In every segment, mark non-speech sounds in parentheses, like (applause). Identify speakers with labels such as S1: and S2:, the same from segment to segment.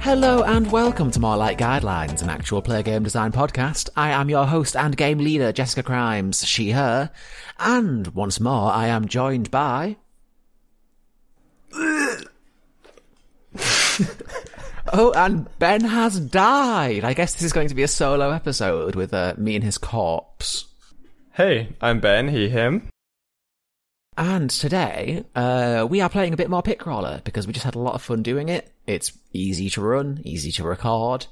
S1: Hello and welcome to More Like Guidelines, an actual play game design podcast. I am your host and game leader, Jessica Crimes, she, her. And once more, I am joined by. (laughs) oh, and Ben has died. I guess this is going to be a solo episode with uh, me and his corpse.
S2: Hey, I'm Ben, he, him.
S1: And today, uh, we are playing a bit more Pickraller because we just had a lot of fun doing it. It's easy to run, easy to record,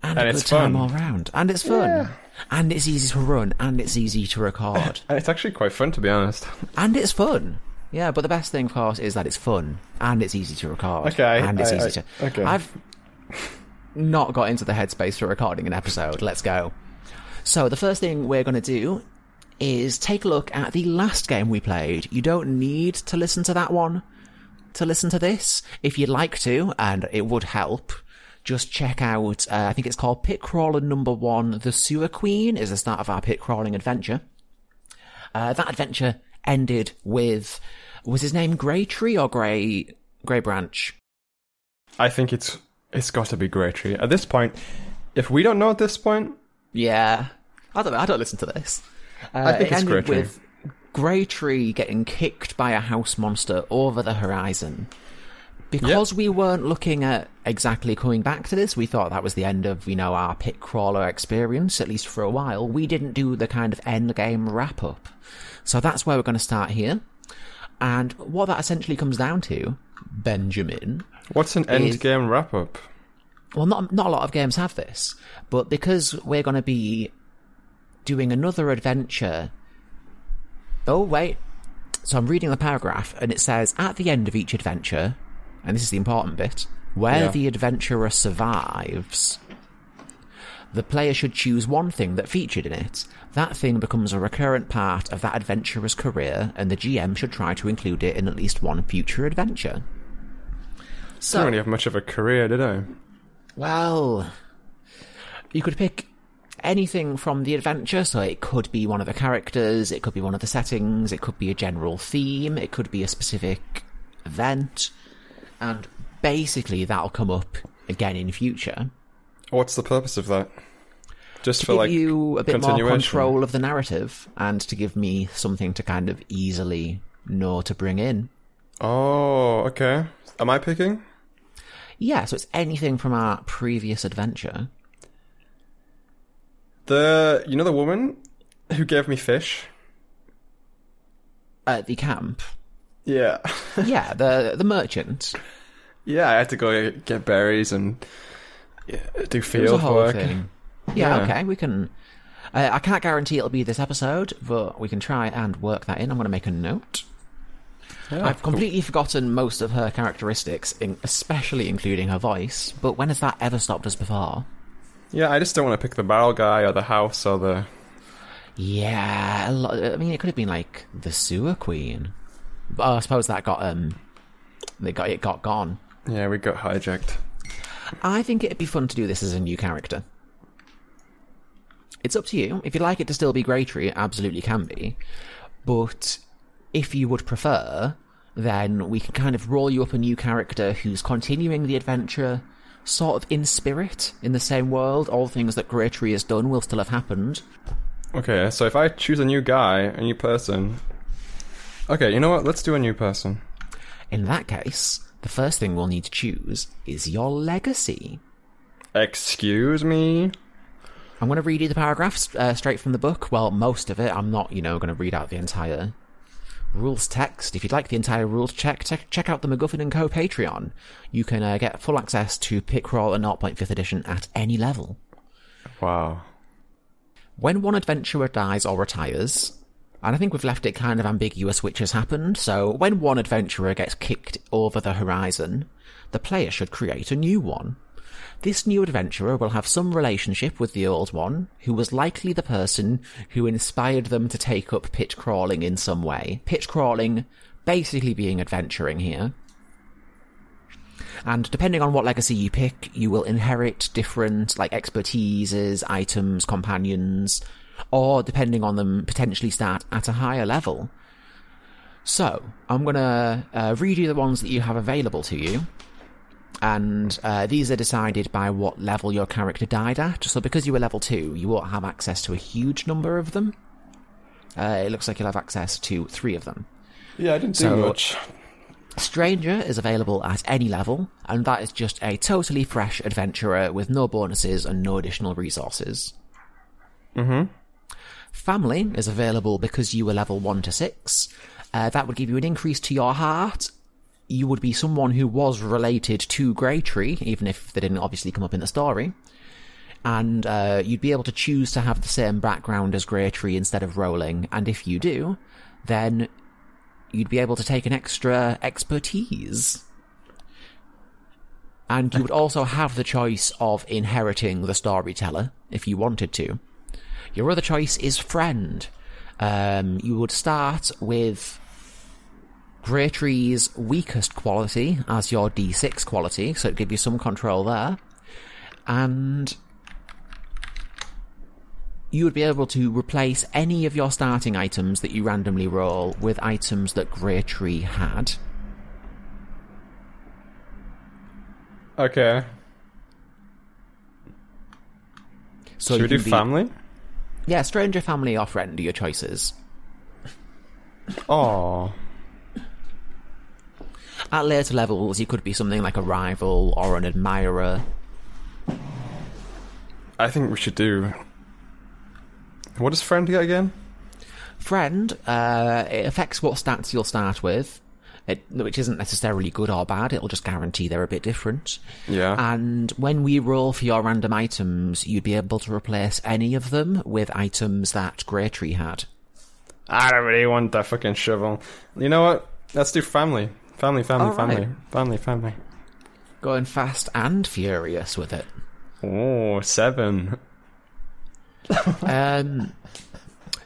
S1: and,
S2: And
S1: a
S2: it's
S1: good time all
S2: fun.
S1: round. And it's fun. And it's easy to run, and it's easy to record,
S2: It's actually quite fun, to be honest.
S1: and it's fun. Yeah, but the best thing, of course, is that it's fun and it's easy to record.
S2: Okay,
S1: and it's
S2: I-
S1: easy
S2: I-
S1: to.
S2: okay.
S1: I've not got into the headspace for recording an episode. Let's go. So the first thing we're going to do is take a look at the last game we played. You don't need to listen to that one to listen to this. If you'd like to, and it would help, just check out. Uh, I think it's called Pit Crawler Number One: The Sewer Queen is the start of our pit crawling adventure. Uh, that adventure ended with was his name Grey Tree or Grey Grey Branch?
S2: (laughs) I think it's it's got to be Grey Tree. At this point, if we don't know at this point,
S1: Yeah, I don't. know. I don't listen to this. Uh,
S2: I think
S1: it
S2: it's
S1: ended
S2: Grey Tree.
S1: with Grey Tree getting kicked by a house monster over the horizon. Because we weren't looking at exactly coming back to this, we thought that was the end of you know our pit crawler experience, at least for a while. We didn't do the kind of end game wrap up, so that's where we're going to start here. And what that essentially comes down to, Benjamin,
S2: what's an
S1: Is-
S2: end game wrap up?
S1: well, not not a lot of games have this, but because we're going to be doing another adventure. Oh wait, so I'm reading the paragraph, and it says at the end of each adventure, and this is the important bit, where
S2: Yeah.
S1: the adventurer survives. The player should choose one thing that featured in it. That thing becomes a recurrent part of that adventurer's career, and the GM should try to include it in at least one future adventure.
S2: I
S1: So,
S2: don't really have much of a career, did I?
S1: well, you could pick anything from the adventure, so it could be one of the characters, it could be one of the settings, it could be a general theme, it could be a specific event, and basically that'll come up again in future.
S2: What's the purpose of that? Just for
S1: give
S2: like
S1: you a bit more
S2: continuation.
S1: control of the narrative, and to give me something to kind of easily know to bring in.
S2: Oh, okay. Am I picking?
S1: Yeah, so it's anything from our previous adventure.
S2: The you know the woman who gave me fish?
S1: At the
S2: (laughs)
S1: camp.
S2: Yeah.
S1: Yeah, the the merchant.
S2: yeah, I had to go get berries and yeah, do
S1: It's a
S2: field
S1: whole
S2: work.
S1: thing. Yeah,
S2: Yeah.
S1: okay, we can. Uh, I can't guarantee it'll be this episode, but we can try and work that in. I'm going to make a note.
S2: Yeah,
S1: I've completely forgotten most of her characteristics, in, especially including her voice. But when has that ever stopped us before?
S2: Yeah, I just don't want to pick the barrel guy or the house or the.
S1: Yeah, a lot, I mean, it could have been like the sewer queen. But oh, I suppose that got um, they got it got gone.
S2: Yeah, we got hijacked.
S1: I think it'd be fun to do this as a new character. It's up to you. If you'd like it to still be Grey Tree, it absolutely can be. But if you would prefer, then we can kind of roll you up a new character who's continuing the adventure sort of in spirit, in the same world. All things that Grey Tree has done will still have happened.
S2: Okay, so if I choose a new guy, a new person. Okay, you know what? Let's do a new person.
S1: In that case, the first thing we'll need to choose is your legacy.
S2: Excuse me?
S1: I'm going to read you the paragraphs uh, straight from the book. Well, most of it. I'm not, you know, going to read out the entire rules text. If you'd like the entire rules check, check, check out the MacGuffin and Co. Patreon. You can uh, get full access to Pickroll and 0.5th edition at any level.
S2: Wow.
S1: When one adventurer dies or retires, and I think we've left it kind of ambiguous which has happened, so when one adventurer gets kicked over the horizon, the player should create a new one. This new adventurer will have some relationship with the old one, who was likely the person who inspired them to take up pit crawling in some way. Pit crawling basically being adventuring here. And depending on what legacy you pick, you will inherit different like expertises, items, companions, or depending on them, potentially start at a higher level. So I'm gonna uh, read you the ones that you have available to you, and uh, these are decided by what level your character died at. So because you were level two, you won't have access to a huge number of them. Uh, it looks like you'll have access to three of them.
S2: Yeah, I didn't
S1: So-
S2: do much.
S1: Stranger is available at any level, and that is just a totally fresh adventurer with no bonuses and no additional resources. Mm-hmm. Family is available because you were level 1 to 6. Uh, that would give you an increase to your heart. You would be someone who was related to Greytree, even if they didn't obviously come up in the story. And uh, you'd be able to choose to have the same background as Greytree instead of rolling, and if you do, then you'd be able to take an extra expertise. And you would also have the choice of inheriting the storyteller if you wanted to. Your other choice is friend. Um, you would start with Greytree's weakest quality as your D6 quality, so it'd give you some control there. And you would be able to replace any of your starting items that you randomly roll with items that Greytree had.
S2: Okay.
S1: So
S2: Should we
S1: you
S2: do
S1: can be-
S2: family?
S1: Yeah, stranger, family, or friend are your choices.
S2: Oh.
S1: At later levels, you could be something like a rival or an admirer.
S2: I think we should do. What does friend get again?
S1: Friend, uh, it affects what stats you'll start with, it, which isn't necessarily good or bad, it'll just guarantee they're a bit different.
S2: Yeah.
S1: And when we roll for your random items, you'd be able to replace any of them with items that Greytree had.
S2: I don't really want that fucking shovel. You know what? Let's do family. Family, family,
S1: All right.
S2: family. Family, family.
S1: Going fast and furious with it.
S2: Oh, seven.
S1: Um,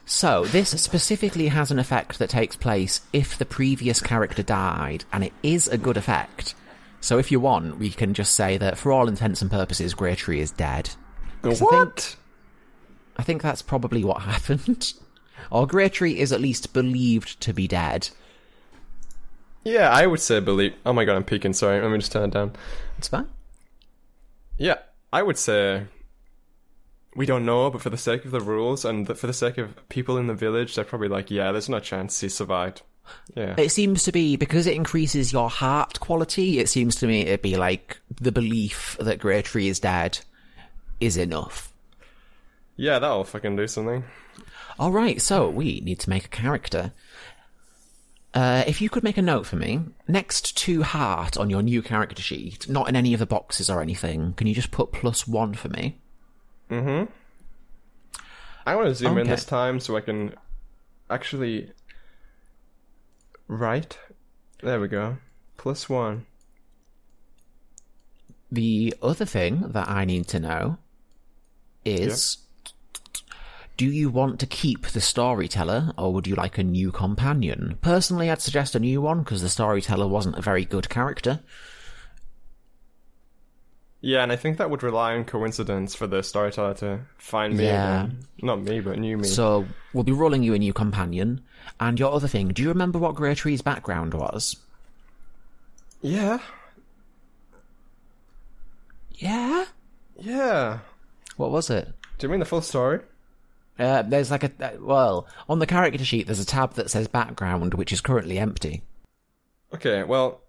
S1: so this specifically has an effect that takes place if the previous character died, and it is a good effect. So if you want, we can just say that for all intents and purposes, Greytree is dead.
S2: What?
S1: I think that's probably what (laughs) happened. Or Greytree is at least believed to be dead.
S2: Yeah, I would say believe. Oh my god, I'm peeking. Sorry, let me just turn it down.
S1: It's fine.
S2: Yeah, I would say we don't know, but for the sake of the rules and the, for the sake of people in the village, they're probably like, yeah, there's no chance he survived. Yeah.
S1: It seems to be because it increases your heart quality. It seems to me it'd be like the belief that Greytree is dead is enough.
S2: Yeah, that'll fucking do something.
S1: All right, so we need to make a character. Uh, if you could make a note for me, next to heart on your new character sheet, not in any of the boxes or anything, can you just put plus one for me?
S2: I want to zoom in
S1: Okay.
S2: this time so I can actually write. There we go. Plus one.
S1: The other thing that I need to know is do you want to keep the storyteller or would you like a new companion? Personally, I'd suggest a new one because the storyteller wasn't a very good character.
S2: Yeah, and I think that would rely on coincidence for the storyteller to find me.
S1: Yeah.
S2: again. Not me, but new me.
S1: So we'll be rolling you a new companion. And your other thing, do you remember what Greytree's background was?
S2: yeah.
S1: Yeah.
S2: Yeah.
S1: What was it?
S2: Do you mean the full story?
S1: Uh, there's like a uh, well on the character sheet. There's a tab that says background, which is currently empty.
S2: Okay, well,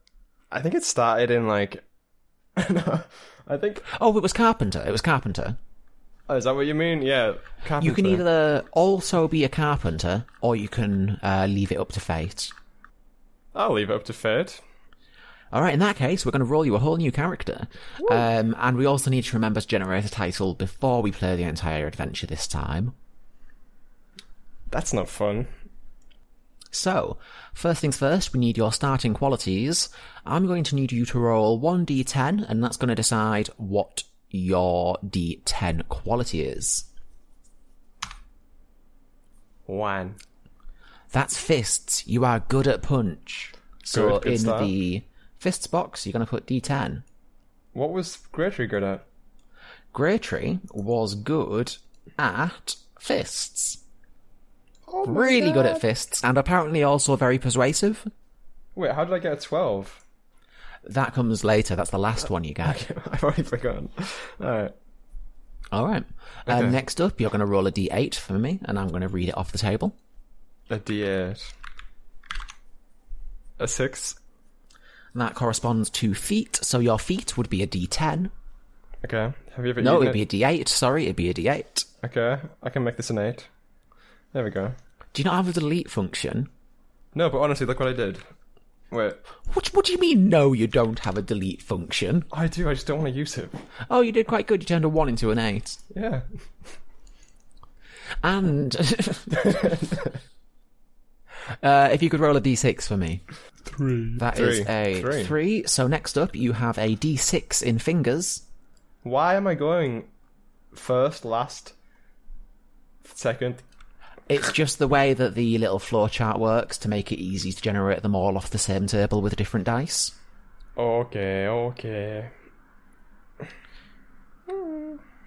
S2: I think it started in like. (laughs) no, I think.
S1: Oh, it was Carpenter. It was Carpenter.
S2: Oh, is that what you mean? Yeah.
S1: You can
S2: carpenter.
S1: either also be a carpenter, or you can uh, leave it up to fate.
S2: I'll leave it up to fate.
S1: All right, in that case, we're going to roll you a whole new character, um, and we also need to remember to generate a title before we play the entire adventure this time.
S2: That's not fun.
S1: So, first things first, we need your starting qualities. I'm going to need you to roll 1d10, and that's going to decide what your d10 quality is.
S2: One.
S1: That's fists. You are good at punch. So,
S2: Good, good
S1: in
S2: start.
S1: the fists box, you're going to put d10.
S2: What was Gregory good at?
S1: Greytree was good at fists.
S2: Oh
S1: really good at fists, and apparently also very persuasive.
S2: Wait, how did I get a 12?
S1: That comes later. That's the last one you get.
S2: (laughs) I've already forgotten. All right.
S1: All right. Uh,
S2: Okay.
S1: next up, you're going to roll a d8 for me, and I'm going to read it off the table.
S2: A D8. A 6.
S1: That corresponds to feet, so your feet would be a d10.
S2: Okay. Have you ever
S1: No,
S2: eaten
S1: it'd be a d8. Sorry, it'd be a d8.
S2: Okay. I can make this an 8. There we go.
S1: Do you not have a delete function?
S2: No, but honestly, look what I did. Wait.
S1: What, what do you mean, no, you don't have a delete function?
S2: I do, I just don't want to use it.
S1: Oh, you did quite good. You turned a 1 into an 8.
S2: Yeah.
S1: And. (laughs) uh, if you could roll a d6 for me.
S2: Three.
S1: that is
S2: Three.
S1: a
S2: Three.
S1: 3. So next up, you have a d6 in fingers.
S2: Why am I going first, last, second?
S1: It's just the way that the little floor chart works to make it easy to generate them all off the same table with different dice.
S2: Okay, okay.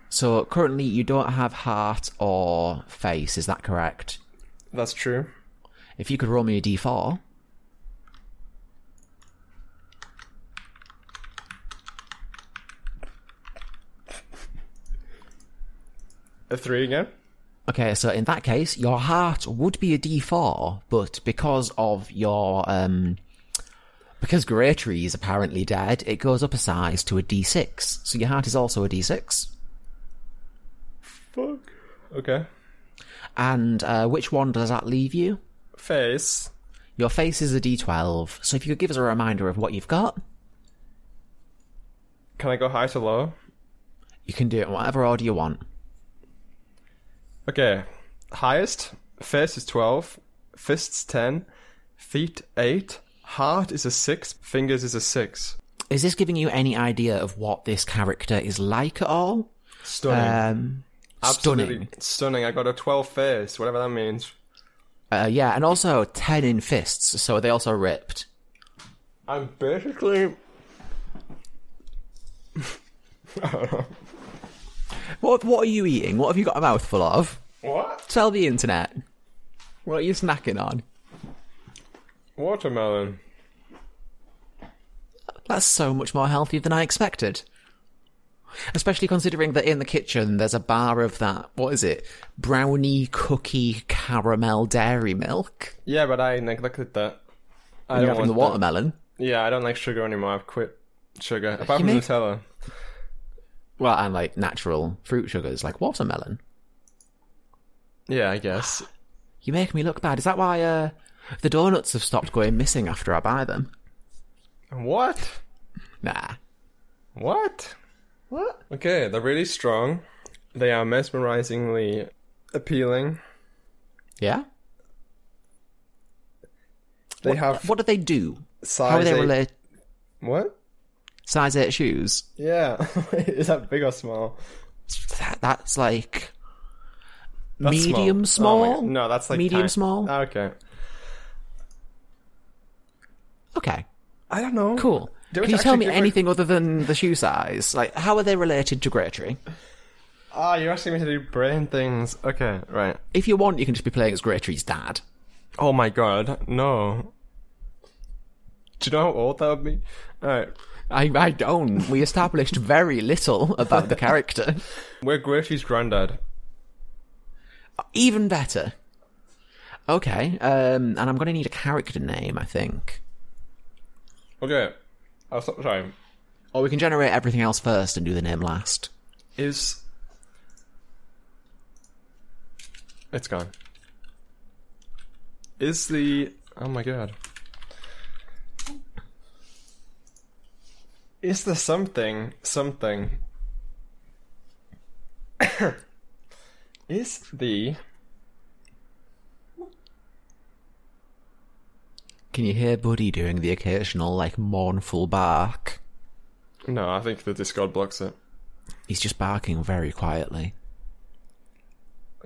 S1: So currently you don't have heart or face, is that correct?
S2: That's true.
S1: If you could roll me a d4.
S2: A three again?
S1: Okay, so in that case, your heart would be a d4, but because of your, um, because Grey Tree is apparently dead, it goes up a size to a d6. So your heart is also a d6.
S2: Fuck. Okay.
S1: And uh, which one does that leave you?
S2: Face.
S1: Your face is a d12. So if you could give us a reminder of what you've got,
S2: Can I go high to low?
S1: you can do it in whatever order you want.
S2: Okay. Highest. Face is 12. Fists 10. Feet 8. Heart is a 6. Fingers is a 6.
S1: Is this giving you any idea of what this character is like at all?
S2: Stunning.
S1: Um,
S2: Absolutely
S1: stunning.
S2: stunning. I got a 12 face, whatever that means.
S1: Uh, yeah, and also 10 in fists, so are they also ripped?
S2: I'm basically.
S1: What What are you eating? What have you got a mouthful of?
S2: What?
S1: Tell the internet. What are you snacking on?
S2: Watermelon.
S1: That's so much more healthy than I expected. Especially considering that in the kitchen there's a bar of that, what is it? Brownie cookie caramel dairy milk.
S2: Yeah, but I neglected that. I
S1: You're having the
S2: want that.
S1: watermelon.
S2: Yeah, I don't like sugar anymore. I've quit sugar. Apart
S1: You
S2: from
S1: make-
S2: Nutella.
S1: Well, and like natural fruit sugars like watermelon.
S2: Yeah,
S1: (gasps)
S2: I guess.
S1: You make me look bad. Is that why uh, the donuts have stopped going missing after I buy them?
S2: What?
S1: Nah.
S2: What?
S1: What?
S2: Okay, they're really strong. They are mesmerizingly appealing.
S1: Yeah?
S2: They have
S1: What do they do?
S2: size.
S1: How are they
S2: eight-
S1: relate?
S2: What?
S1: Size 8 shoes?
S2: Yeah. (laughs) Is that big or small?
S1: that, that's like
S2: That's
S1: medium
S2: Oh
S1: small.
S2: my God. no, that's like
S1: medium
S2: tiny- Ah,
S1: small.
S2: Okay.
S1: okay,
S2: I don't know.
S1: cool.
S2: There
S1: Can
S2: is
S1: you tell
S2: actually
S1: me
S2: different-
S1: anything other than the shoe size? Like, how are they related to Grey Tree?
S2: Ah, you're asking me to do brain things. Okay, right.
S1: If you want, you can just be playing as Grey Tree's dad.
S2: Oh my god, no. Do you know how old that would be? Alright.
S1: I, I don't. We established very little about the character.
S2: We're Grady's granddad.
S1: Even better. Okay, um, and I'm going to need a character name, I think.
S2: Okay. I'll stop time.
S1: Or we can generate everything else first and do the name last.
S2: Is. It's gone. Is the. Oh my god. Is the something something? (coughs) Is the.
S1: Can you hear Buddy doing the occasional, like, mournful bark?
S2: No, I think the Discord blocks it.
S1: He's just barking very quietly.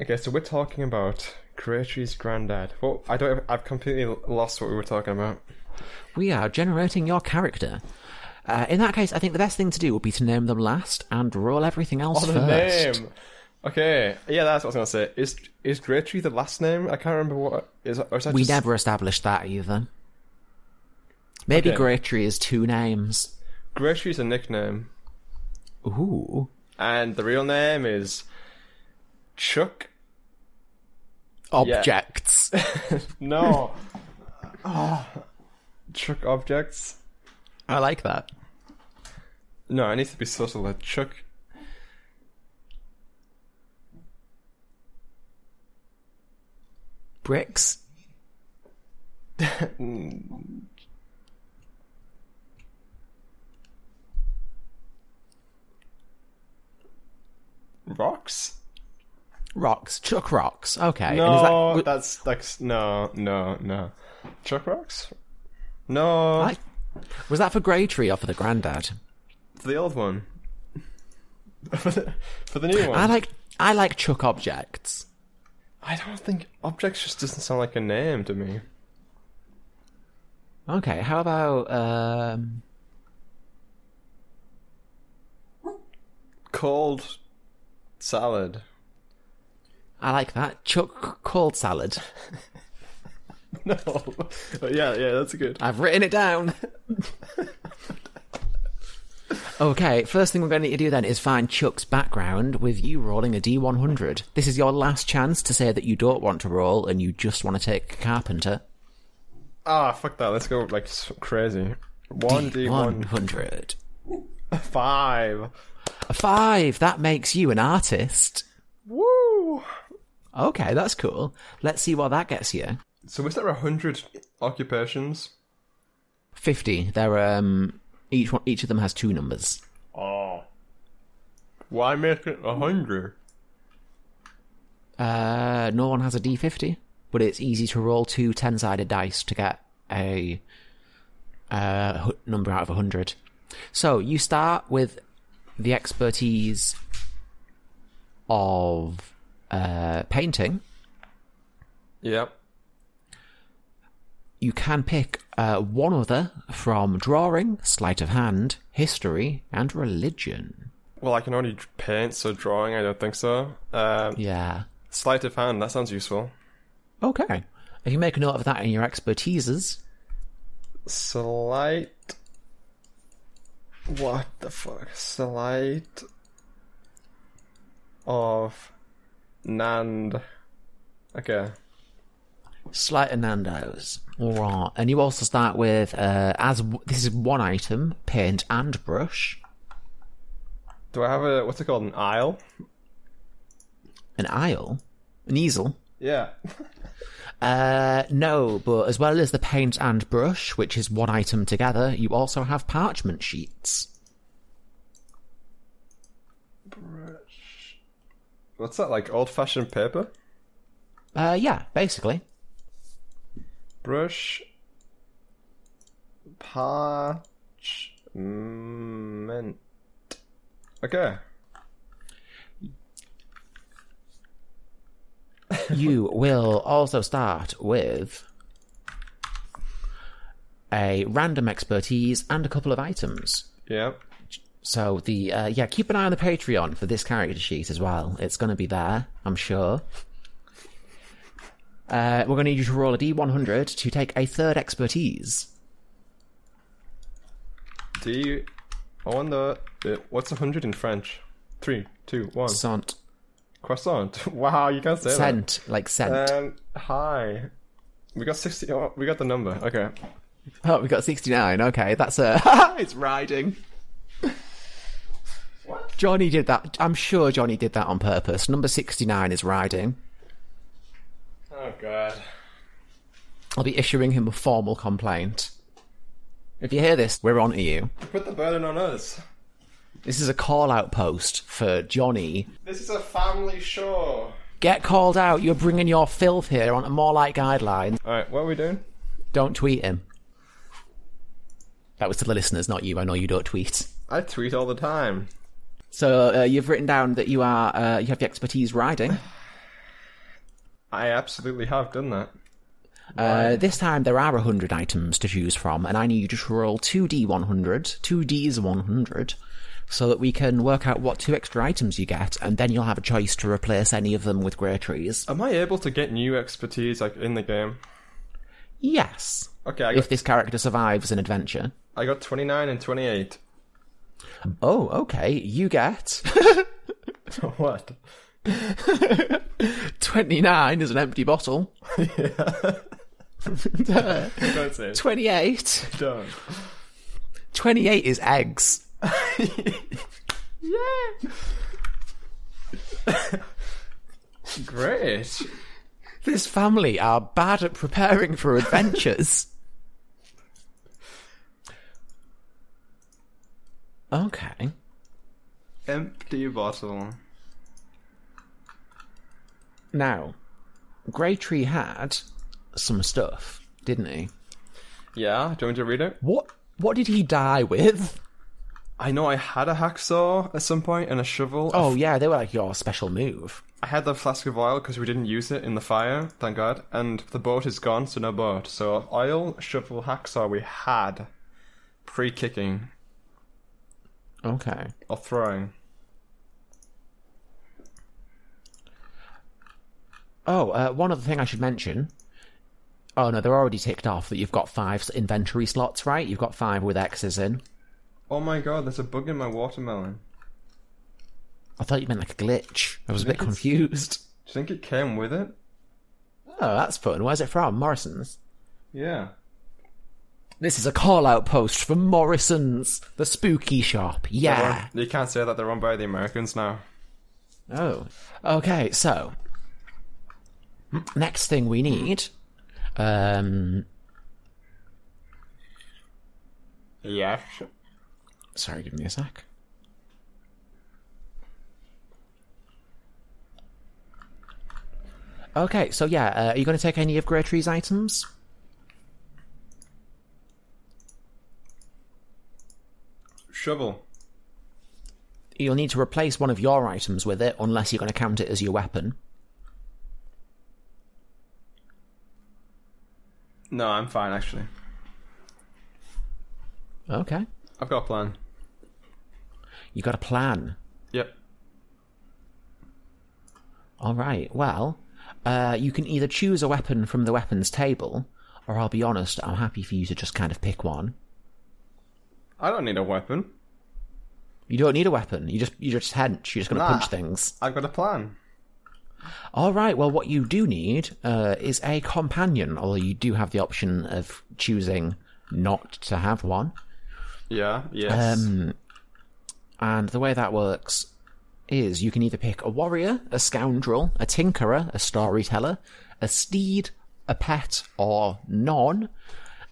S2: Okay, so we're talking about Creatory's granddad. Well, I don't. I've completely lost what we were talking about.
S1: We are generating your character. Uh, in that case, I think the best thing to do would be to name them last and roll everything else
S2: Oh, the
S1: first.
S2: name. Okay, yeah, that's what I was gonna say. Is is Creatory the last name? I can't remember what is. Or is that
S1: We
S2: just...
S1: never established that either. Maybe
S2: Okay.
S1: Great Tree is two names.
S2: Gretry's a nickname,
S1: Ooh.
S2: and the real name is Chuck.
S1: Objects. (laughs)
S2: No. Ah. Chuck objects.
S1: I like that.
S2: No, it needs to be subtle. Like Chuck.
S1: Bricks.
S2: Rocks?
S1: Rocks. Chuck rocks. Okay. And is that-
S2: No,
S1: w-
S2: that's like s- no, no, no. Chuck rocks? No,
S1: I- was that for Grey Tree or for the Grandad?
S2: for the old one. for, the, (laughs) for the new one.
S1: I like I like Chuck objects.
S2: I don't think objects just doesn't sound like a name to me.
S1: Okay, how about um
S2: Cold salad. (laughs)
S1: I like that. Chuck cold salad.
S2: No. yeah, yeah, that's good.
S1: I've written it down. (laughs) okay, first thing we're going to need to do then is find Chuck's background with you rolling a D100. This is your last chance to say that you don't want to roll and you just want to take Carpenter.
S2: Ah, fuck that. Let's go like s- crazy. One D one
S1: 100.
S2: five.
S1: A five! That makes you an artist.
S2: Woo.
S1: Okay, that's cool. Let's see what that gets you.
S2: So is there a hundred occupations?
S1: 50. They're, um, each one, each of them has two numbers.
S2: Oh. Why make it a hundred?
S1: Uh, no one has a d50, but it's easy to roll two 10 sided dice to get a uh, hu- number out of 100. So you start with the expertise of uh, painting.
S2: Yep.
S1: You can pick uh, one other from drawing, sleight of hand, history, and religion.
S2: Well, I can only d- paint, so drawing, I don't think so. Um,
S1: Yeah.
S2: sleight of hand, that sounds useful.
S1: Okay. If you make a note of that in your expertises,
S2: Slight. What the fuck? Slight. Of. Nand. Okay.
S1: Slight and Nando's. All right, and you also start with uh, as w- this is one item: paint and brush.
S2: Do I have a. What's it called? An aisle?
S1: An aisle, an easel.
S2: Yeah. (laughs)
S1: Uh, no, but as well as the paint and brush, which is one item together, you also have parchment sheets.
S2: What's that, like old fashioned paper?
S1: Uh, yeah, basically.
S2: Brush. Parchment. Okay.
S1: you will also start with a random expertise and a couple of items.
S2: Yeah.
S1: So the uh, yeah, keep an eye on the Patreon for this character sheet as well. It's going to be there, I'm sure. Uh, we're going to need you to roll a d100 to take a third expertise.
S2: Do you? I wonder uh, what's a hundred in French. Three, two, one.
S1: Sant,
S2: Croissant. (laughs) Wow, you can't say
S1: scent, like scent.
S2: that. Um, hi. We got sixty. Oh, we got the number. Okay.
S1: (laughs) oh, we got 69. Okay, that's a. (laughs) it's riding. Johnny did that. I'm sure Johnny did that on purpose. Number 69 is riding.
S2: Oh god.
S1: I'll be issuing him a formal complaint. If you hear this, we're on to you.
S2: Put the burden on us.
S1: This is a call out post for Johnny.
S2: This is a family show.
S1: Get called out. You're bringing your filth here onto more like guidelines.
S2: All right, what are we doing?
S1: Don't tweet him. That was to the listeners, not you. I know you don't tweet.
S2: I tweet all the time.
S1: So uh, you've written down that you are uh, you have the expertise riding.
S2: I absolutely have done that.
S1: Uh, this time there are hundred items to choose from, and I need you to roll two d one hundred, two d's one hundred, so that we can work out what two extra items you get, and then you'll have a choice to replace any of them with grey trees.
S2: Am I able to get new expertise like in the game?
S1: Yes.
S2: Okay, I
S1: If
S2: got,
S1: this character survives an adventure.
S2: I got 29 and 28.
S1: Oh, okay. You get
S2: (laughs)
S1: (laughs)
S2: what?
S1: 29 is an empty bottle.
S2: Don't
S1: (laughs)
S2: say it.
S1: 28.
S2: Don't.
S1: 28 is eggs.
S2: Great.
S1: This family are bad at preparing for (laughs) adventures. okay.
S2: Empty bottle.
S1: Now, Grey Tree had some stuff, didn't he?
S2: Yeah, do you want me to read it?
S1: What what did he die with?
S2: I know I had a hacksaw at some point and a shovel.
S1: Oh yeah, they were like your special move.
S2: I had the flask of oil because we didn't use it in the fire, thank God. And the boat is gone, so no boat. So oil, shovel, hacksaw we had pre-kicking
S1: Okay.
S2: or throwing.
S1: Oh, uh, one other thing I should mention. Oh no, they're already ticked off that you've got five inventory slots, right? You've got five with X's in.
S2: Oh my God, there's a bug in my watermelon.
S1: I thought you meant like a glitch. I was a bit confused.
S2: Do you think it came with it?
S1: Oh, that's fun. Where's it from? Morrison's.
S2: Yeah.
S1: This is a call out post for Morrison's, the spooky shop. Yeah.
S2: You can't say that they're run by the Americans now.
S1: Oh. Okay, so next thing we need um
S2: Yeah.
S1: sorry, give me a sec. Okay, so yeah, uh, are you going to take any of Gertrude's items?
S2: Shovel.
S1: You'll need to replace one of your items with it, unless you're going to count it as your weapon.
S2: No, I'm fine actually.
S1: Okay.
S2: I've got a plan.
S1: You got a plan.
S2: Yep.
S1: All right. Well, uh, you can either choose a weapon from the weapons table, or I'll be honest, I'm happy for you to just kind of pick one.
S2: I don't need a weapon.
S1: You don't need a weapon. You just you're just hench. You're just going to
S2: Nah.
S1: punch things.
S2: I've got a plan.
S1: All right. Well, what you do need uh, is a companion. Although you do have the option of choosing not to have one.
S2: Yeah. Yes.
S1: Um, and the way that works is you can either pick a warrior, a scoundrel, a tinkerer, a storyteller, a steed, a pet, or none.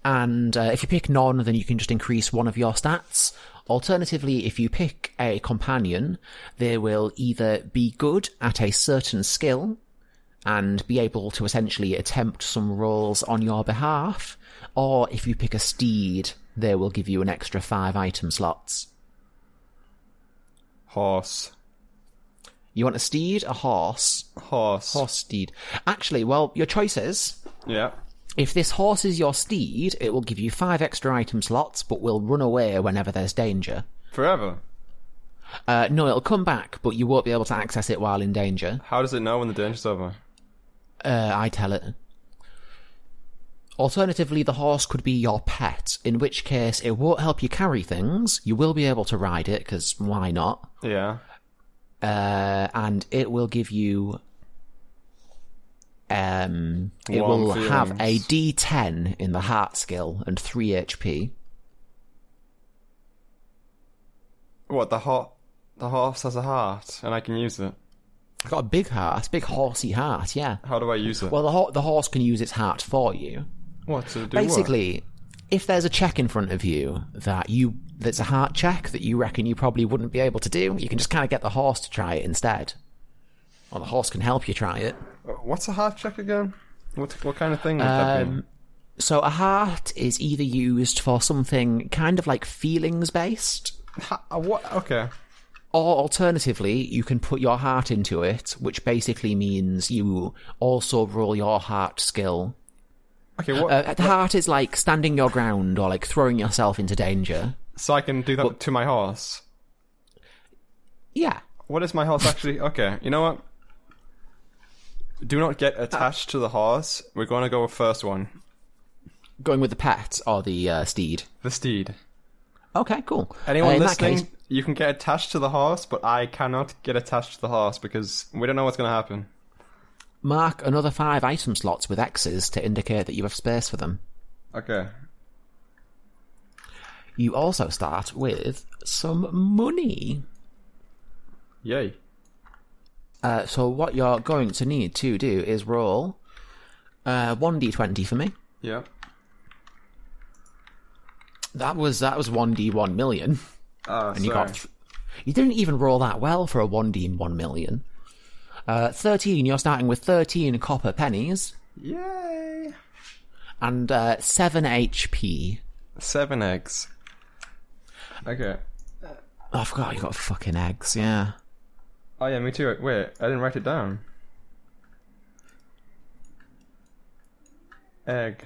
S1: And uh, if you pick none, then you can just increase one of your stats. Alternatively, if you pick a companion, they will either be good at a certain skill and be able to essentially attempt some rolls on your behalf, or if you pick a steed, they will give you an extra five item slots.
S2: horse.
S1: You want a steed, a horse,
S2: Horse.
S1: horse steed. Actually, well, your choices.
S2: Yeah.
S1: If this horse is your steed, it will give you five extra item slots, but will run away whenever there's danger.
S2: Forever.
S1: Uh, no, it'll come back, but you won't be able to access it while in danger.
S2: How does it know when the danger's over?
S1: Uh, I tell it. Alternatively, the horse could be your pet, in which case it won't help you carry things. You will be able to ride it, because why not?
S2: Yeah.
S1: Uh, and it will give you. Um, it
S2: Warm
S1: will have a
S2: feelings.
S1: D10 in the heart skill and 3 HP.
S2: What the hot? The horse has a heart, and I can use it.
S1: It's got a big heart, big horsey heart, yeah.
S2: How do I use it?
S1: Well, the, ho- the horse can use its heart for you.
S2: what to do?
S1: basically if there's a check in front of you that you that's a heart check that you reckon you probably wouldn't be able to do you can just kind of get the horse to try it instead or the horse can help you try it
S2: what? what's a heart check again? What what kind of thing would
S1: Um,
S2: that
S1: so a heart is either used for something kind of like feelings based
S2: be? Ha- uh, what? Okay.
S1: or alternatively you can put your heart into it which basically means you also roll your heart skill
S2: Okay. What?
S1: uh, heart is like standing your ground or like throwing yourself into danger
S2: so I can do that to my horse.
S1: yeah
S2: What is my horse actually? (laughs) Okay. You know what?
S1: Uh,
S2: Do not get attached to the horse. We're going to go with first one.
S1: Going with the pet or the uh, steed?
S2: The steed.
S1: Okay, cool.
S2: Anyone
S1: Uh, in that
S2: listening,
S1: case-
S2: you can get attached to the horse, but I cannot get attached to the horse because we don't know what's going to happen.
S1: Mark another five item slots with X's to indicate that you have space for them.
S2: Okay.
S1: You also start with some money.
S2: Yay.
S1: Uh, so what you're going to need to do is roll uh, 1d20 for me.
S2: Yeah.
S1: That was that was 1d1 million.
S2: Ah,
S1: You
S2: sorry.
S1: got th- You didn't even roll that well for a 1d1 million. Uh, 13, you're starting with 13 copper pennies
S2: Yay.
S1: and uh, 7 HP.
S2: Seven eggs. Okay.
S1: Oh, I forgot you got fucking eggs, yeah.
S2: Oh yeah, me too. Wait, I didn't write it down. Egg.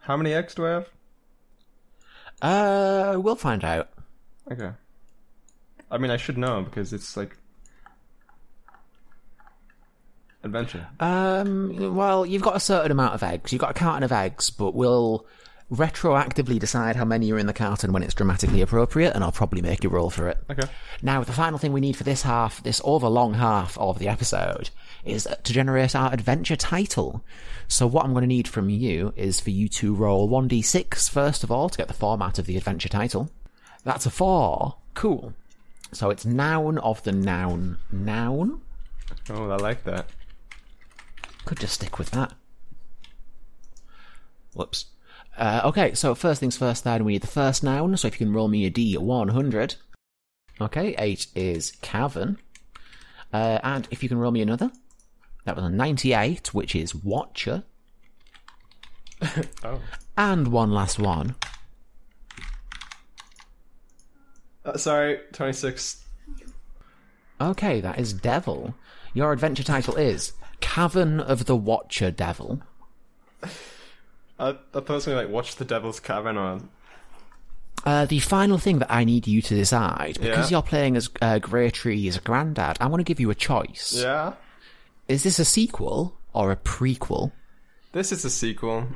S2: How many eggs do I have?
S1: Uh, we'll find out.
S2: Okay. I mean, I should know because it's like adventure.
S1: Um, well, you've got a certain amount of eggs. You've got a carton of eggs, but we'll retroactively decide how many are in the carton when it's dramatically appropriate, and I'll probably make you roll for it.
S2: Okay.
S1: Now, the final thing we need for this half, this overlong half of the episode, is to generate our adventure title. So, what I'm going to need from you is for you to roll 1d6 first of all to get the format of the adventure title. That's a 4. Cool. So, it's noun of the noun. Noun?
S2: Oh, I like that.
S1: Could just stick with that. Whoops. Uh, okay, so first things first, then we need the first noun. So if you can roll me a D100. Okay, 8 is cavern. Uh, and if you can roll me another, that was a 98, which is watcher.
S2: Oh.
S1: And one last one.
S2: Uh, sorry, twenty six.
S1: Okay, that is devil. Your adventure title is Cavern of the Watcher Devil.
S2: I, I thought it was gonna like watch the Devil's Cavern or
S1: Uh, the final thing that I need you to decide, because
S2: Yeah.
S1: you're playing as uh, Grey Tree as a granddad, I want to give you a choice.
S2: yeah.
S1: Is this a sequel or a prequel?
S2: This is a sequel.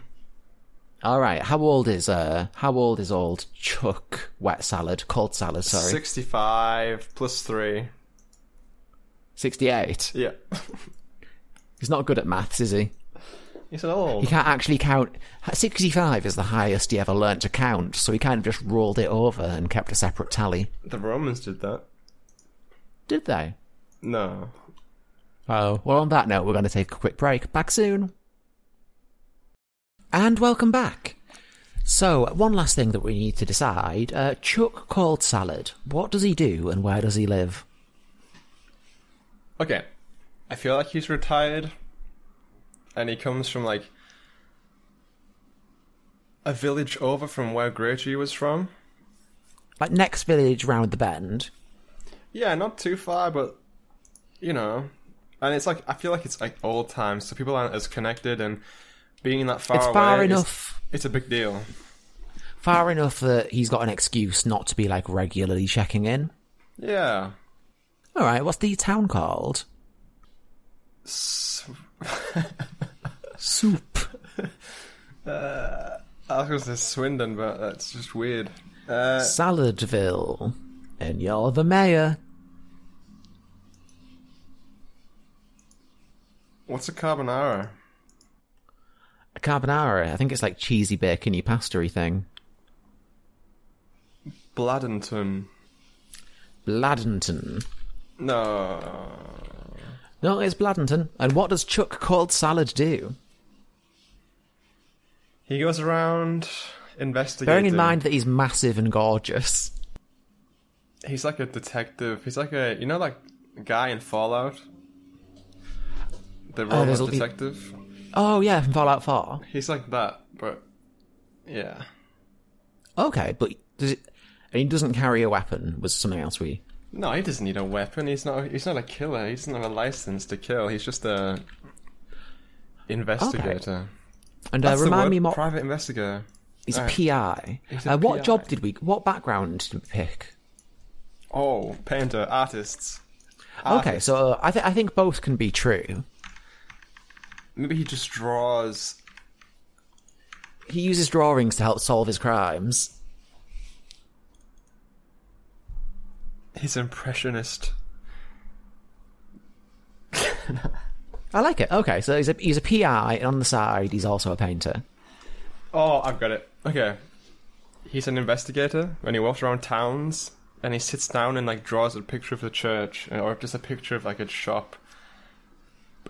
S1: All right. How old is uh? How old is old Chuck? Wet salad, cold salad. Sorry,
S2: Sixty five plus three.
S1: sixty-eight.
S2: Yeah.
S1: He's not good at maths, is he?
S2: He's an old.
S1: He can't actually count. Sixty-five is the highest he ever learnt to count, so he kind of just rolled it over and kept a separate tally.
S2: The Romans did that.
S1: Did they?
S2: No.
S1: Oh. Well, on that note, we're going to take a quick break. Back soon. And welcome back. So, one last thing that we need to decide uh, Chuck called Salad. What does he do and where does he live?
S2: Okay. I feel like he's retired. And he comes from like a village over from where Grady was from.
S1: Like, next village round the bend.
S2: Yeah, not too far, but you know. And it's like I feel like it's like old times, so people aren't as connected and being that far
S1: It's
S2: away
S1: far
S2: is-
S1: enough.
S2: it's a big deal.
S1: Far enough that he's got an excuse not to be, like, regularly checking in.
S2: Yeah.
S1: Alright, what's the town called?
S2: S- (laughs)
S1: Soup.
S2: I was gonna say Swindon, but that's just weird. Uh,
S1: Saladville. And you're the mayor.
S2: what's a carbonara?
S1: A carbonara. I think it's like cheesy bacony pastery thing.
S2: Bladenton.
S1: Bladenton.
S2: No.
S1: No, it's Bladenton. And what does Chuck called Salad do?
S2: He goes around investigating.
S1: Bearing in mind that he's massive and gorgeous.
S2: he's like a detective. He's like a you know like guy in Fallout. The robot
S1: Oh, there's a-
S2: detective.
S1: Oh, yeah, from Fallout 4.
S2: He's like that, but yeah.
S1: Okay, but does it. And he doesn't carry a weapon, was something else we.
S2: No, he doesn't need a weapon. He's not. He's not a killer. He doesn't have a license to kill. He's just a investigator.
S1: And uh,
S2: That's the
S1: remind
S2: word,
S1: me more.
S2: Private investigator.
S1: He's a
S2: Right.
S1: PI.
S2: He's a
S1: uh, what
S2: PI.
S1: job did we? What background did we pick?
S2: Oh, painter, artists. Ah.
S1: Okay, so uh, I think I think both can be true.
S2: Maybe he just draws.
S1: he uses drawings to help solve his crimes.
S2: His impressionist.
S1: I like it. Okay, so he's a he's a PI, and on the side he's also a painter.
S2: Oh, I've got it. Okay. He's an investigator, and he walks around towns, and he sits down and like draws a picture of the church, uh, or just a picture of like a shop.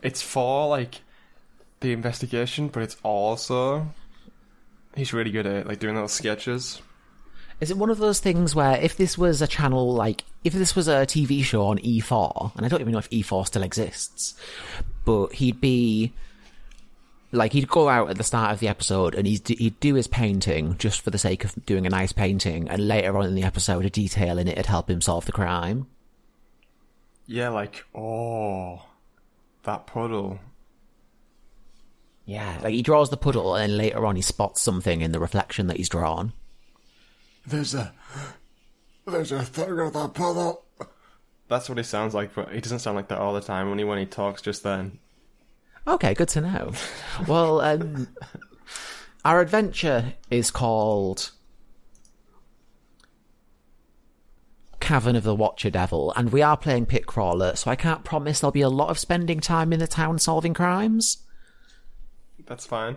S2: It's for like the investigation, but it's also he's really good at like doing little sketches.
S1: Is it one of those things where if this was a channel like if this was a TV show on E4, and I don't even know if E4 still exists, but he'd be like he'd go out at the start of the episode and he'd he'd do his painting just for the sake of doing a nice painting, and later on in the episode, a detail in it would help him solve the crime.
S2: Yeah, like oh, that puddle.
S1: Yeah, like he draws the puddle, and then later on he spots something in the reflection that he's drawn.
S3: There's a there's a thing of the puddle.
S2: That's what he sounds like, but he doesn't sound like that all the time. Only when he talks, just then.
S1: Okay, good to know. Well, um, our adventure is called Cavern of the Watcher Devil, and we are playing Pit Crawler, so I can't promise there'll be a lot of spending time in the town solving crimes.
S2: That's fine.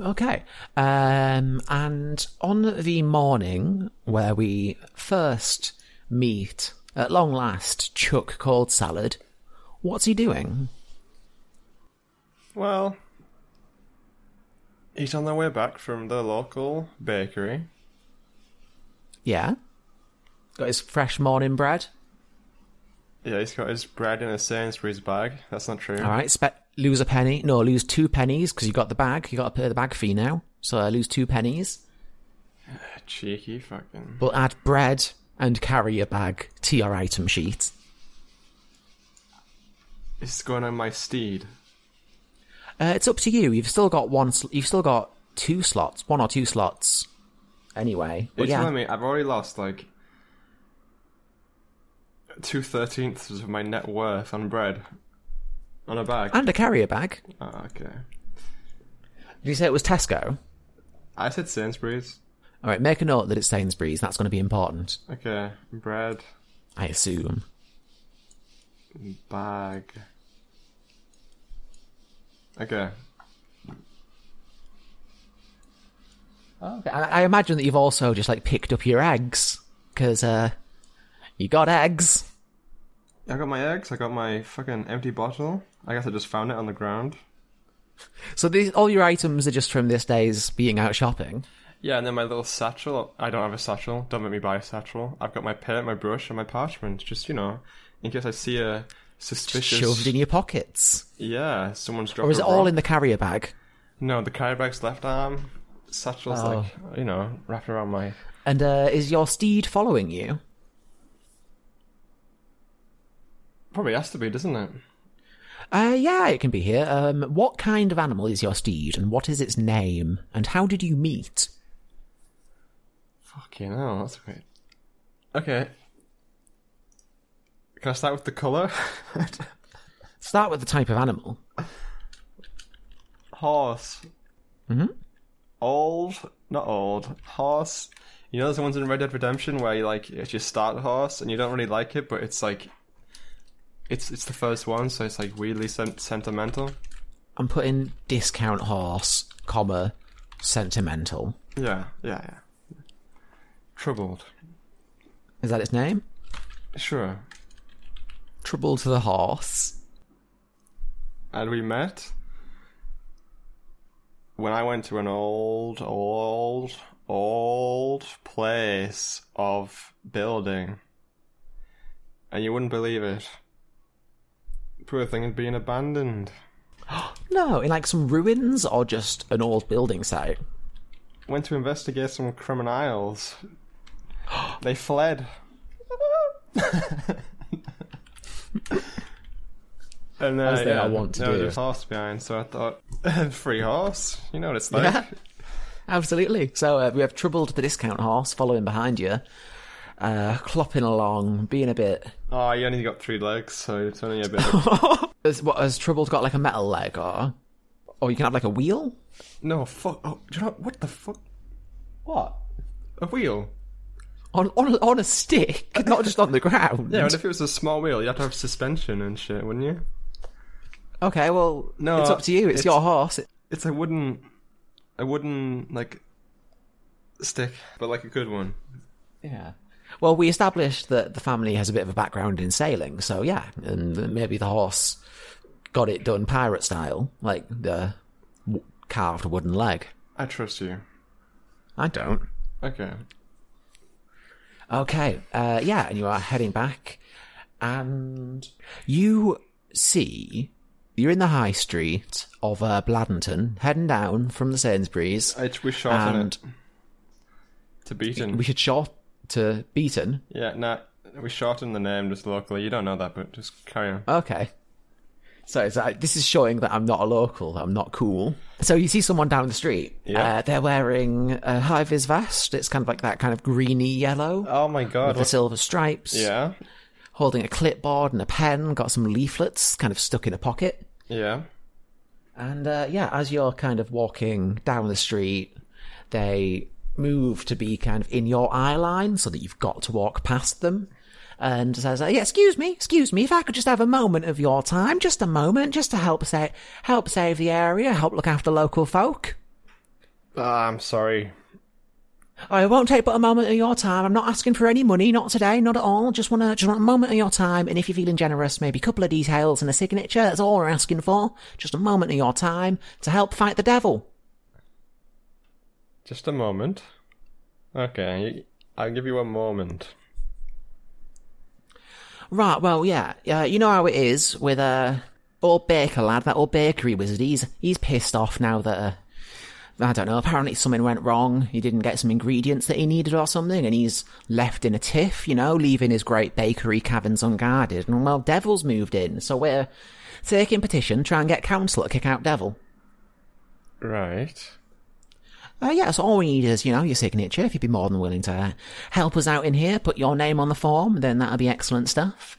S1: Okay. Um, and on the morning where we first meet, at long last, Chuck called Salad, what's he doing?
S2: Well, he's on their way back from the local bakery.
S1: Yeah. Got his fresh morning bread.
S2: Yeah, he's got his bread in a Sainsbury's bag. That's not true.
S1: All right. Spe- lose a penny. No, lose two pennies because you got the bag. You got to pay the bag fee now. So I lose two pennies.
S2: Cheeky fucking.
S1: We'll add bread and carrier bag to your item sheet.
S2: This is going on my steed.
S1: Uh, it's up to you. You've still got one. Sl- you've still got two slots, one or two slots. Anyway, but
S2: You're
S1: yeah,
S2: telling me I've already lost like two thirteenths of my net worth on bread on a bag.
S1: and a carrier bag.
S2: oh, okay.
S1: Did you say it was Tesco?
S2: I said Sainsbury's.
S1: All right, make a note that it's Sainsbury's. That's going to be important,
S2: Okay, bread
S1: I assume.
S2: bag. Okay.
S1: Okay. I, I imagine that you've also just like picked up your eggs because uh, you got eggs.
S2: I got my eggs. I got my fucking empty bottle. I guess I just found it on the ground.
S1: So these all your items are just from this day's being out shopping.
S2: Yeah, and then my little satchel. I don't have a satchel. Don't make me buy a satchel. I've got my pen, my brush, and my parchment. Just you know, in case I see a suspicious.
S1: shoved in your pockets?
S2: Yeah, someone's dropped.
S1: Or is
S2: a
S1: it all
S2: rock.
S1: in the carrier bag?
S2: No, the carry bag's left arm. Satchel's
S1: Oh.
S2: like you know wrapped around my.
S1: And uh, is your steed following you?
S2: Probably has to be, doesn't it?
S1: Uh, yeah, it can be here. Um, what kind of animal is your steed, and what is its name, and how did you meet?
S2: Fucking hell, that's great. Okay. Can I start with the (laughs) color?
S1: Start with the type of animal.
S2: Horse. Mm-hmm. Old, not old. Horse. You know those ones in Red Dead Redemption where you like it's your start horse and you don't really like it, but it's like it's it's the first one, so it's like weirdly sen- sentimental.
S1: I'm putting discount horse, comma, sentimental.
S2: Yeah, yeah, yeah. Troubled.
S1: Is that its name?
S2: Sure.
S1: Trouble to the horse.
S2: And we met when I went to an old, old, old place of building. And you wouldn't believe it. Poor thing had been abandoned.
S1: No, in like some ruins or just an old building site.
S2: Went to investigate
S1: (gasps)
S2: some criminals.
S1: (laughs)
S2: they fled. and then
S1: As they are wont to
S2: there was
S1: do.
S2: a horse behind, so I thought, (laughs) free horse. You know what it's like.
S1: Yeah. Absolutely. So uh, we have Trouble to the discount horse following behind you, uh, clopping along, being a bit.
S2: Oh,
S1: (laughs)
S2: you only got three legs, so it's only a bit. Of...
S1: Has, what, has Trouble got like a metal leg or? Or you can have like a wheel?
S2: No, fuck. Oh, do you know what the fuck?
S1: What?
S2: A wheel.
S1: On on on a stick, (laughs) not just on the ground.
S2: Yeah, and if it was a small wheel, you'd have to have suspension and shit, wouldn't you?
S1: Okay, well,
S2: No,
S1: it's up to you. It's,
S2: it's-
S1: your horse. It-
S2: It's a wooden, a wooden like stick, but like a good one.
S1: yeah. Well, we established that the family has a bit of a background in sailing, so yeah, and maybe the horse got it done pirate style, like the w- carved wooden leg.
S2: I trust you.
S1: I don't.
S2: Okay.
S1: Okay. Uh, yeah, and you are heading back, and you see you're in the high street of uh, Bladenton, heading down from the Sainsbury's.
S2: I we shorten
S1: And-
S2: it to Beaton.
S1: We should short to Beaton.
S2: Yeah, nah. We shorten the name just locally. You don't know that, but just carry on.
S1: Okay. So it's like, this is showing that I'm not a local. I'm not cool. So you see someone down the street.
S2: Yeah.
S1: Uh, they're wearing a high vis vest. It's kind of like that kind of greeny yellow
S2: Oh my god.
S1: with the silver stripes.
S2: Yeah.
S1: Holding a clipboard and a pen. Got some leaflets kind of stuck in a pocket.
S2: Yeah.
S1: And uh, yeah, as you're kind of walking down the street, they move to be kind of in your eye line so that you've got to walk past them. And says, uh, "Yeah, excuse me, excuse me. If I could just have a moment of your time, just a moment, just to help sa- help save the area, help look after local folk.
S2: Ah, I'm sorry.
S1: I won't take but a moment of your time. I'm not asking for any money, not today, not at all. Just want to just want a moment of your time. And if you're feeling generous, maybe a couple of details and a signature. That's all we're asking for. Just a moment of your time to help fight the devil."
S2: Just a moment. Okay, you- I'll give you a moment.
S1: Right, well, yeah. Uh, you know how it is with uh, old baker lad, that old bakery wizard. He's he's pissed off now that uh, I don't know. Apparently something went wrong. He didn't get some ingredients that he needed or something, and he's left in a tiff. You know, leaving his great bakery caverns unguarded. And well, devil's moved in, so we're taking petition, try and get council to kick out devil.
S2: Right.
S1: Uh, yeah, so all we need is, you know, your signature. If you'd be more than willing to help us out in here, put your name on the form, then that'll be excellent stuff.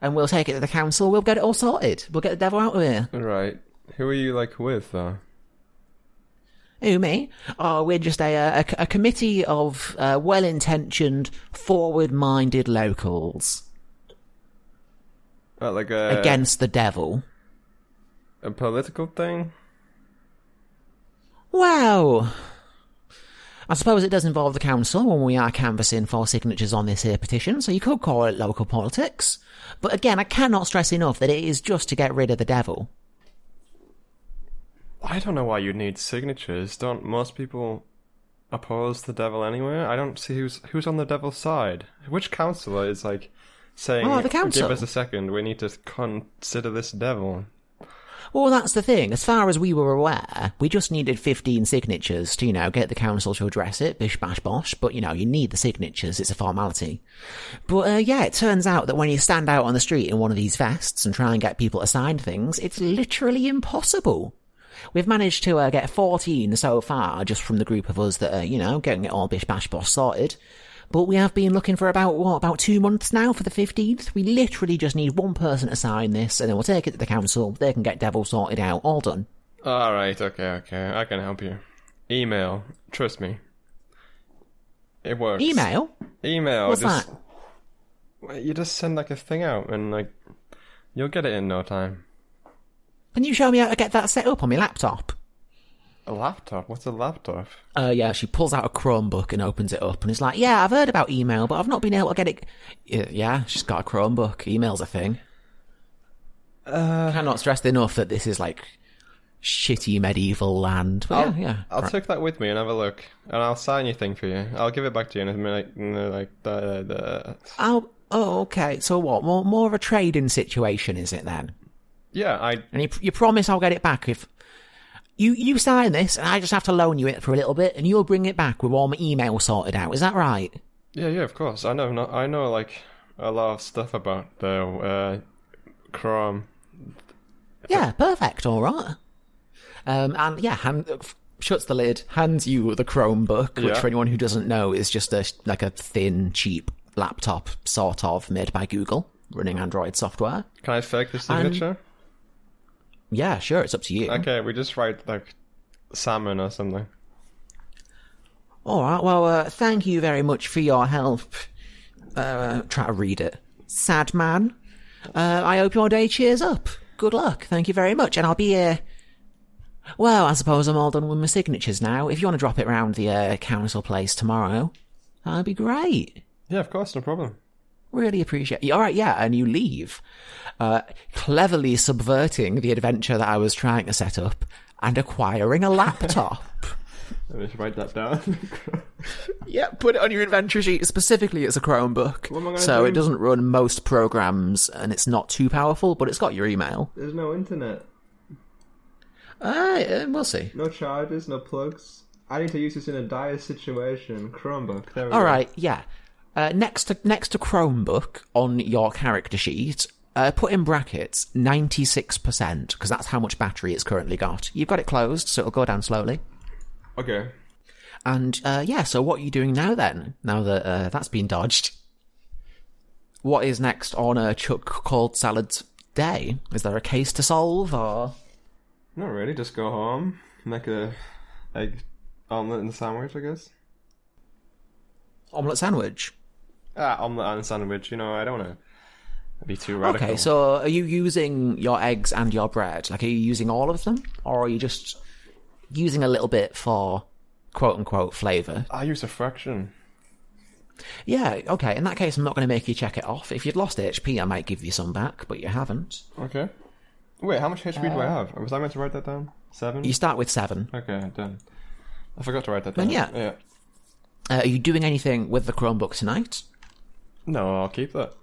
S1: And we'll take it to the council. We'll get it all sorted. We'll get the devil out of here.
S2: Right. Who are you like with though?
S1: Who, me? Oh, we're just a, uh, a, a committee of uh, well-intentioned, forward-minded locals
S2: Uh, like a
S1: against the devil.
S2: a political thing?
S1: Well, I suppose it does involve the council when we are canvassing for signatures on this here petition, so you could call it local politics. But again, I cannot stress enough that it is just to get rid of the devil.
S2: I don't know why you need signatures. Don't most people oppose the devil anyway? I don't see who's who's on the devil's side. Which councillor is like saying,
S1: Oh, the council."
S2: "Give us a second. We need to consider this devil."
S1: Well, that's the thing. As far as we were aware, we just needed 15 signatures to, you know, get the council to address it, bish bash bosh. But, you know, you need the signatures. It's a formality. But, uh, yeah, it turns out that when you stand out on the street in one of these vests and try and get people to sign things, it's literally impossible. We've managed to uh, get 14 so far just from the group of us that are, you know, getting it all bish bash bosh sorted. But we have been looking for about, what, about two months now for the 15th. We literally just need one person to sign this and then we'll take it to the council. They can get Devil sorted out. All done.
S2: All right, okay, okay. I can help you. Email. Trust me. It works.
S1: Email?
S2: Email.
S1: What's
S2: just,
S1: that?
S2: Well, You just send like a thing out, and like you'll get it in no time.
S1: Can you show me how to get that set up on my laptop?
S2: A laptop. What's a laptop?
S1: Uh, yeah, she pulls out a Chromebook and opens it up and is like, yeah, I've heard about email, but I've not been able to get it. Yeah, yeah, she's got a Chromebook. Email's a thing. Uh, Cannot stress enough that this is like shitty medieval land. But yeah, yeah.
S2: I'll
S1: Right.
S2: take that with me and have a look, and I'll sign your thing for you. I'll give it back to you in a minute. in a, Like the the
S1: I'll- oh, okay. So what? More, more of a trading situation, is it then?
S2: yeah. I
S1: And you, you promise I'll get it back if you you sign this, and I just have to loan you it for a little bit, and you'll bring it back with all my email sorted out. Is that right?
S2: yeah yeah of course. I know not, I know like a lot of stuff about the uh, Chrome.
S1: Yeah, perfect. All right. Um, and yeah, hand, f- shuts the lid, hands you the Chromebook, which
S2: Yeah.
S1: for anyone who doesn't know is just a like a thin, cheap laptop, sort of made by Google, running Android software.
S2: Can I fake the signature?
S1: Yeah, sure. It's up to you.
S2: Okay, we just write like salmon or something.
S1: All right. Well, uh, thank you very much for your help. Uh, try to read it. Sad man. Uh, I hope your day cheers up. Good luck. Thank you very much. And I'll be here. Well, I suppose I'm all done with my signatures now. If you want to drop it round the uh, council place tomorrow, that'd be great.
S2: Yeah, of course, no problem.
S1: Really appreciate it. All right, yeah, and you leave, uh, cleverly subverting the adventure that I was trying to set up and acquiring a laptop.
S2: Let me just write that down. (laughs)
S1: Yeah, put it on your inventory sheet. Specifically, it's a Chromebook,
S2: am I gonna
S1: so
S2: do?
S1: it doesn't run most programs, and it's not too powerful. But it's got your email.
S2: There's no internet, Ah,
S1: Uh, uh, we'll see.
S2: no charges, no plugs. I need to use this in a dire situation. Chromebook. There we
S1: All right, yeah. Uh, next to next to Chromebook on your character sheet, uh, put in brackets ninety six percent because that's how much battery it's currently got. You've got it closed, so it'll go down slowly.
S2: Okay.
S1: And uh, yeah, so what are you doing now then? Now that uh, that's been dodged, what is next on a Chuck called Salad's day? Is there a case to solve or?
S2: Not really. Just go home, make a egg omelet and sandwich, I guess.
S1: omelette sandwich.
S2: Ah, omelet and sandwich. You know, I don't want to be too radical.
S1: Okay, so are you using your eggs and your bread? Like, are you using all of them, or are you just using a little bit for quote unquote flavour?
S2: I use a fraction.
S1: Yeah, okay. In that case, I'm not going to make you check it off. If you'd lost HP, I might give you some back, but you haven't.
S2: Okay. Wait, how much HP do I have? Was I meant to write that down? Seven.
S1: Uh, You start with seven.
S2: Okay, done. I forgot to write that down.
S1: yeah.
S2: Yeah.
S1: Uh, are you doing anything with the Chromebook tonight?
S2: No, I'll keep that.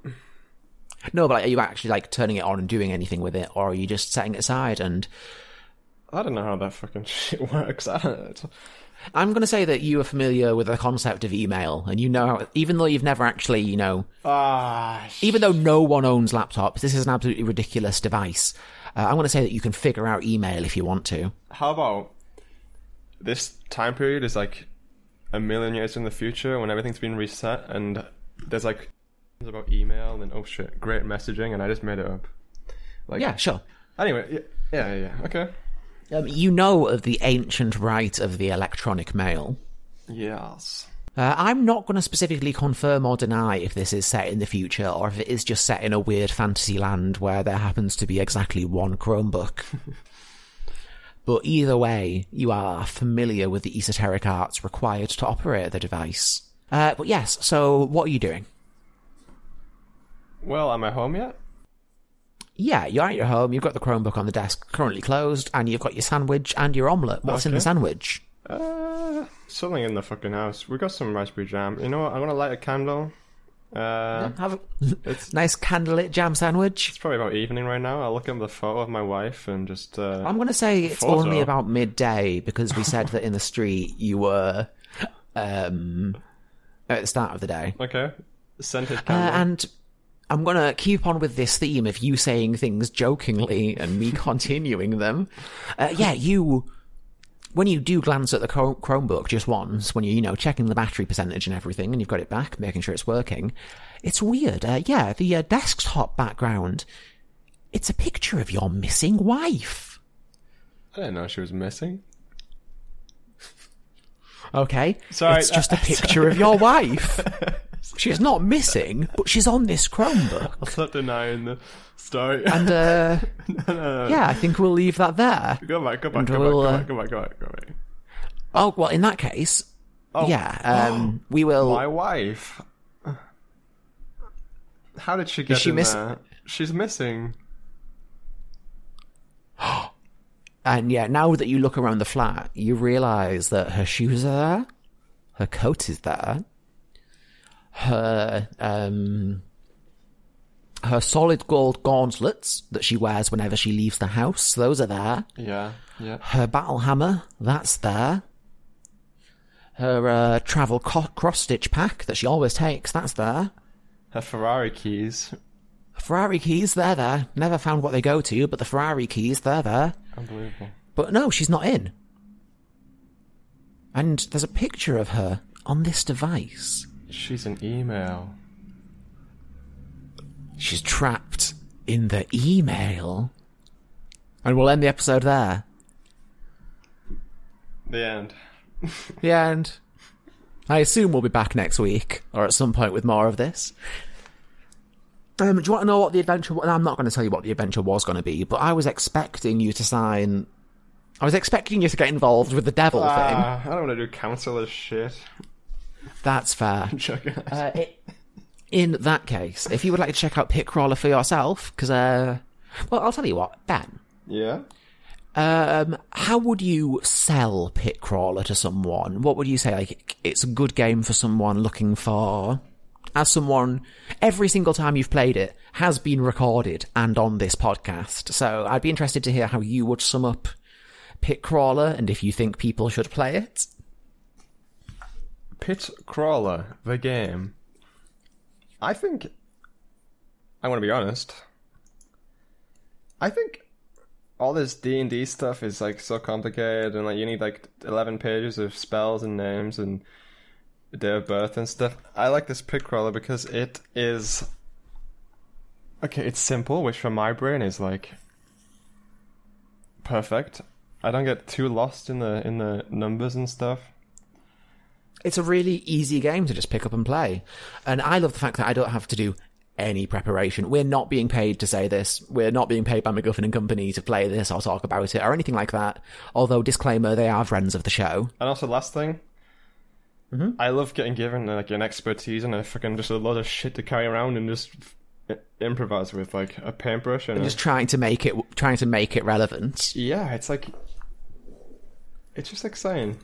S1: No, but like, are you actually like turning it on and doing anything with it, or are you just setting it aside and
S2: I don't know how that fucking (laughs) shit works. I don't know. It's-
S1: I'm going to say that you are familiar with the concept of email, and you know, how- even though you've never actually, you know,
S2: Ah, sh-
S1: even though no one owns laptops, this is an absolutely ridiculous device. Uh, I'm going to say that you can figure out email if you want to.
S2: how about this time period is like a million years in the future when everything's been reset and there's like things about email and oh shit, great messaging, and I just made it up. Like
S1: Yeah, sure.
S2: Anyway, yeah, yeah, yeah. yeah. Okay.
S1: Um, you know of the ancient rite of the electronic mail.
S2: Yes.
S1: Uh, I'm not going to specifically confirm or deny if this is set in the future or if it is just set in a weird fantasy land where there happens to be exactly one (laughs) Chromebook. but either way, you are familiar with the esoteric arts required to operate the device. Uh, but yes, so what are you doing?
S2: Well, am I home yet?
S1: Yeah, you're at your home, you've got the Chromebook on the desk, currently closed, and you've got your sandwich and your omelette. What's in the
S2: Okay.
S1: sandwich?
S2: Uh, something in the fucking house. We got some raspberry jam. You know what? I'm gonna light a candle. Uh,
S1: Have a (laughs) nice candlelit jam sandwich.
S2: it's probably about evening right now. I'll look at the photo of my wife and just. Uh,
S1: I'm going to say it's
S2: Thought
S1: only
S2: so.
S1: about midday because we said that in the street you were um, at the start of the day.
S2: Okay. Scented
S1: Uh,
S2: candle.
S1: and I'm going to keep on with this theme of you saying things jokingly and me (laughs) continuing them. Uh, yeah, you. When you do glance at the Chrome- Chromebook just once, when you're, you know, checking the battery percentage and everything, and you've got it back, making sure it's working, it's weird. Uh, yeah, the uh, desktop background, it's a picture of your missing wife.
S2: I didn't know she was missing.
S1: Okay.
S2: Sorry,
S1: It's
S2: (laughs)
S1: just a picture of your wife. She's not missing, but she's on this Chromebook.
S2: I'll stop denying the story.
S1: And, uh, yeah, I think we'll leave that there.
S2: (laughs) go back, go back, go
S1: we'll, uh,
S2: back, go back, go back, go back, go back.
S1: Oh, well, in that case,
S2: Oh.
S1: yeah, um, we will.
S2: My wife. How did she get
S1: she
S2: in
S1: miss-
S2: there? She's missing.
S1: And yeah, now that you look around the flat, you realize that her shoes are there, her coat is there, her um her solid gold gauntlets that she wears whenever she leaves the house, those are there.
S2: Yeah, yeah.
S1: her battle hammer, that's there. Her uh, travel co- cross stitch pack that she always takes, that's there.
S2: Her Ferrari keys.
S1: Ferrari keys, they're there. Never found what they go to, but the Ferrari keys, they're there.
S2: Unbelievable.
S1: But no, she's not in. And there's a picture of her on this device.
S2: She's an email.
S1: She's trapped in the email. And we'll end the episode there.
S2: The (laughs) end.
S1: The end. I assume we'll be back next week or at some point with more of this. Um, do you want to know what the adventure? wa- I'm not going to tell you what the adventure was going to be, but I was expecting you to sign. I was expecting you to get involved with the devil thing.
S2: Ah, I don't want to do council as shit. (laughs)
S1: That's fair.
S2: Joking.
S1: Uh, it, in that case, if you would like to check out Pitcrawler for yourself, because uh, well, I'll tell you what, Ben.
S2: yeah.
S1: Um, how would you sell Pitcrawler to someone? What would you say? Like, it's a good game for someone looking for. As someone, every single time you've played it has been recorded and on this podcast. So I'd be interested to hear how you would sum up Pitcrawler and if you think people should play it.
S2: Pit Crawler, the game. I think. I want to be honest. I think all this D and D stuff is like so complicated, and like you need like eleven pages of spells and names and day of birth and stuff. I like this pit crawler because it is okay. It's simple, which for my brain is like perfect. I don't get too lost in the in the numbers and stuff.
S1: it's a really easy game to just pick up and play. And I love the fact that I don't have to do any preparation. We're not being paid to say this. We're not being paid by McGuffin and Company to play this or talk about it or anything like that. Although, disclaimer, they are friends of the show.
S2: And also, last thing,
S1: Mm-hmm.
S2: I love getting given like an expertise and a fucking just a lot of shit to carry around and just f- improvise with, like a paintbrush and, a-
S1: Just trying to make it, trying to make it relevant.
S2: yeah, it's like it's just exciting.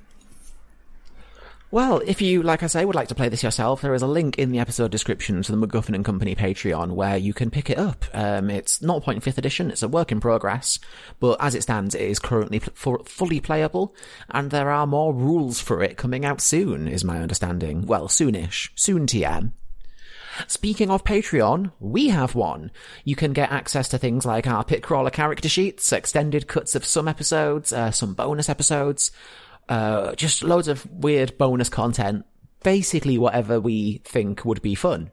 S1: Well, if you, like I say, would like to play this yourself, there is a link in the episode description to the McGuffin and Company Patreon where you can pick it up. Um, it's 0.5th edition, it's a work in progress, but as it stands, it is currently pl- fu- fully playable, and there are more rules for it coming out soon, is my understanding. Well, soonish. Soon TM. Speaking of Patreon, we have one. You can get access to things like our Pitcrawler character sheets, extended cuts of some episodes, uh, some bonus episodes, uh, just loads of weird bonus content. Basically, whatever we think would be fun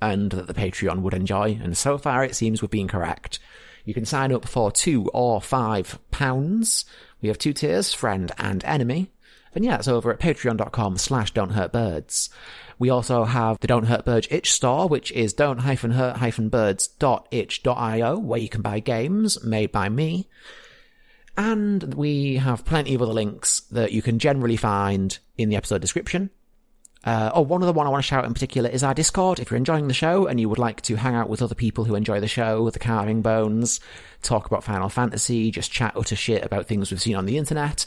S1: and that the Patreon would enjoy. And so far, it seems we've been correct. You can sign up for two or five pounds. We have two tiers, friend and enemy. And yeah, it's over at patreon.com slash don't hurt birds. We also have the Don't Hurt Birds itch store, which is don't-hurt-birds.itch.io, where you can buy games made by me. And we have plenty of other links that you can generally find in the episode description. Uh, oh, one other one I want to shout out in particular is our Discord. If you're enjoying the show and you would like to hang out with other people who enjoy the show, the Carving Bones, talk about Final Fantasy, just chat utter shit about things we've seen on the internet,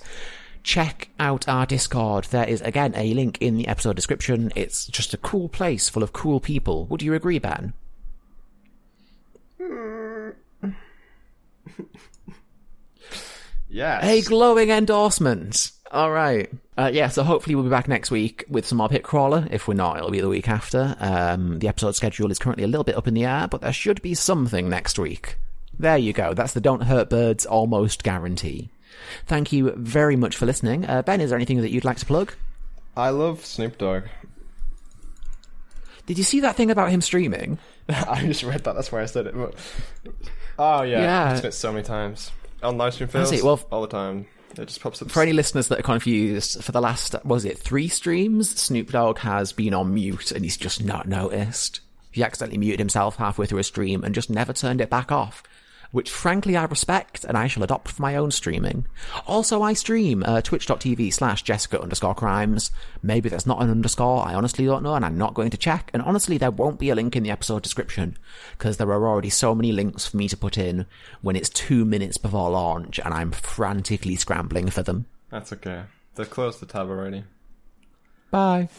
S1: check out our Discord. There is again a link in the episode description. It's just a cool place full of cool people. Would you agree, Ben?
S2: Yeah.
S1: A glowing endorsement. All right. Uh, yeah, so hopefully we'll be back next week with some more pit crawler. If we're not, it'll be the week after. Um, the episode schedule is currently a little bit up in the air, but there should be something next week. There you go. That's the Don't Hurt Birds almost guarantee. Thank you very much for listening. Uh, ben, is there anything that you'd like to plug?
S2: I love Snoop Dogg. (laughs)
S1: Did you see that thing about him streaming?
S2: I just read that. That's why I said it. But... Oh yeah,
S1: Yeah.
S2: I've seen it so many times on live stream films.
S1: it, well, f-
S2: all the time. It just pops up.
S1: For any listeners that are confused, for the last, was it three streams, Snoop Dogg has been on mute and he's just not noticed. He accidentally muted himself halfway through a stream and just never turned it back off, which frankly I respect and I shall adopt for my own streaming. Also, I stream uh, twitch.tv slash Jessica underscore crimes. Maybe there's not an underscore, I honestly don't know and I'm not going to check. And honestly, there won't be a link in the episode description because there are already so many links for me to put in when it's two minutes before launch and I'm frantically scrambling for them.
S2: That's okay. They've closed the tab already.
S1: Bye.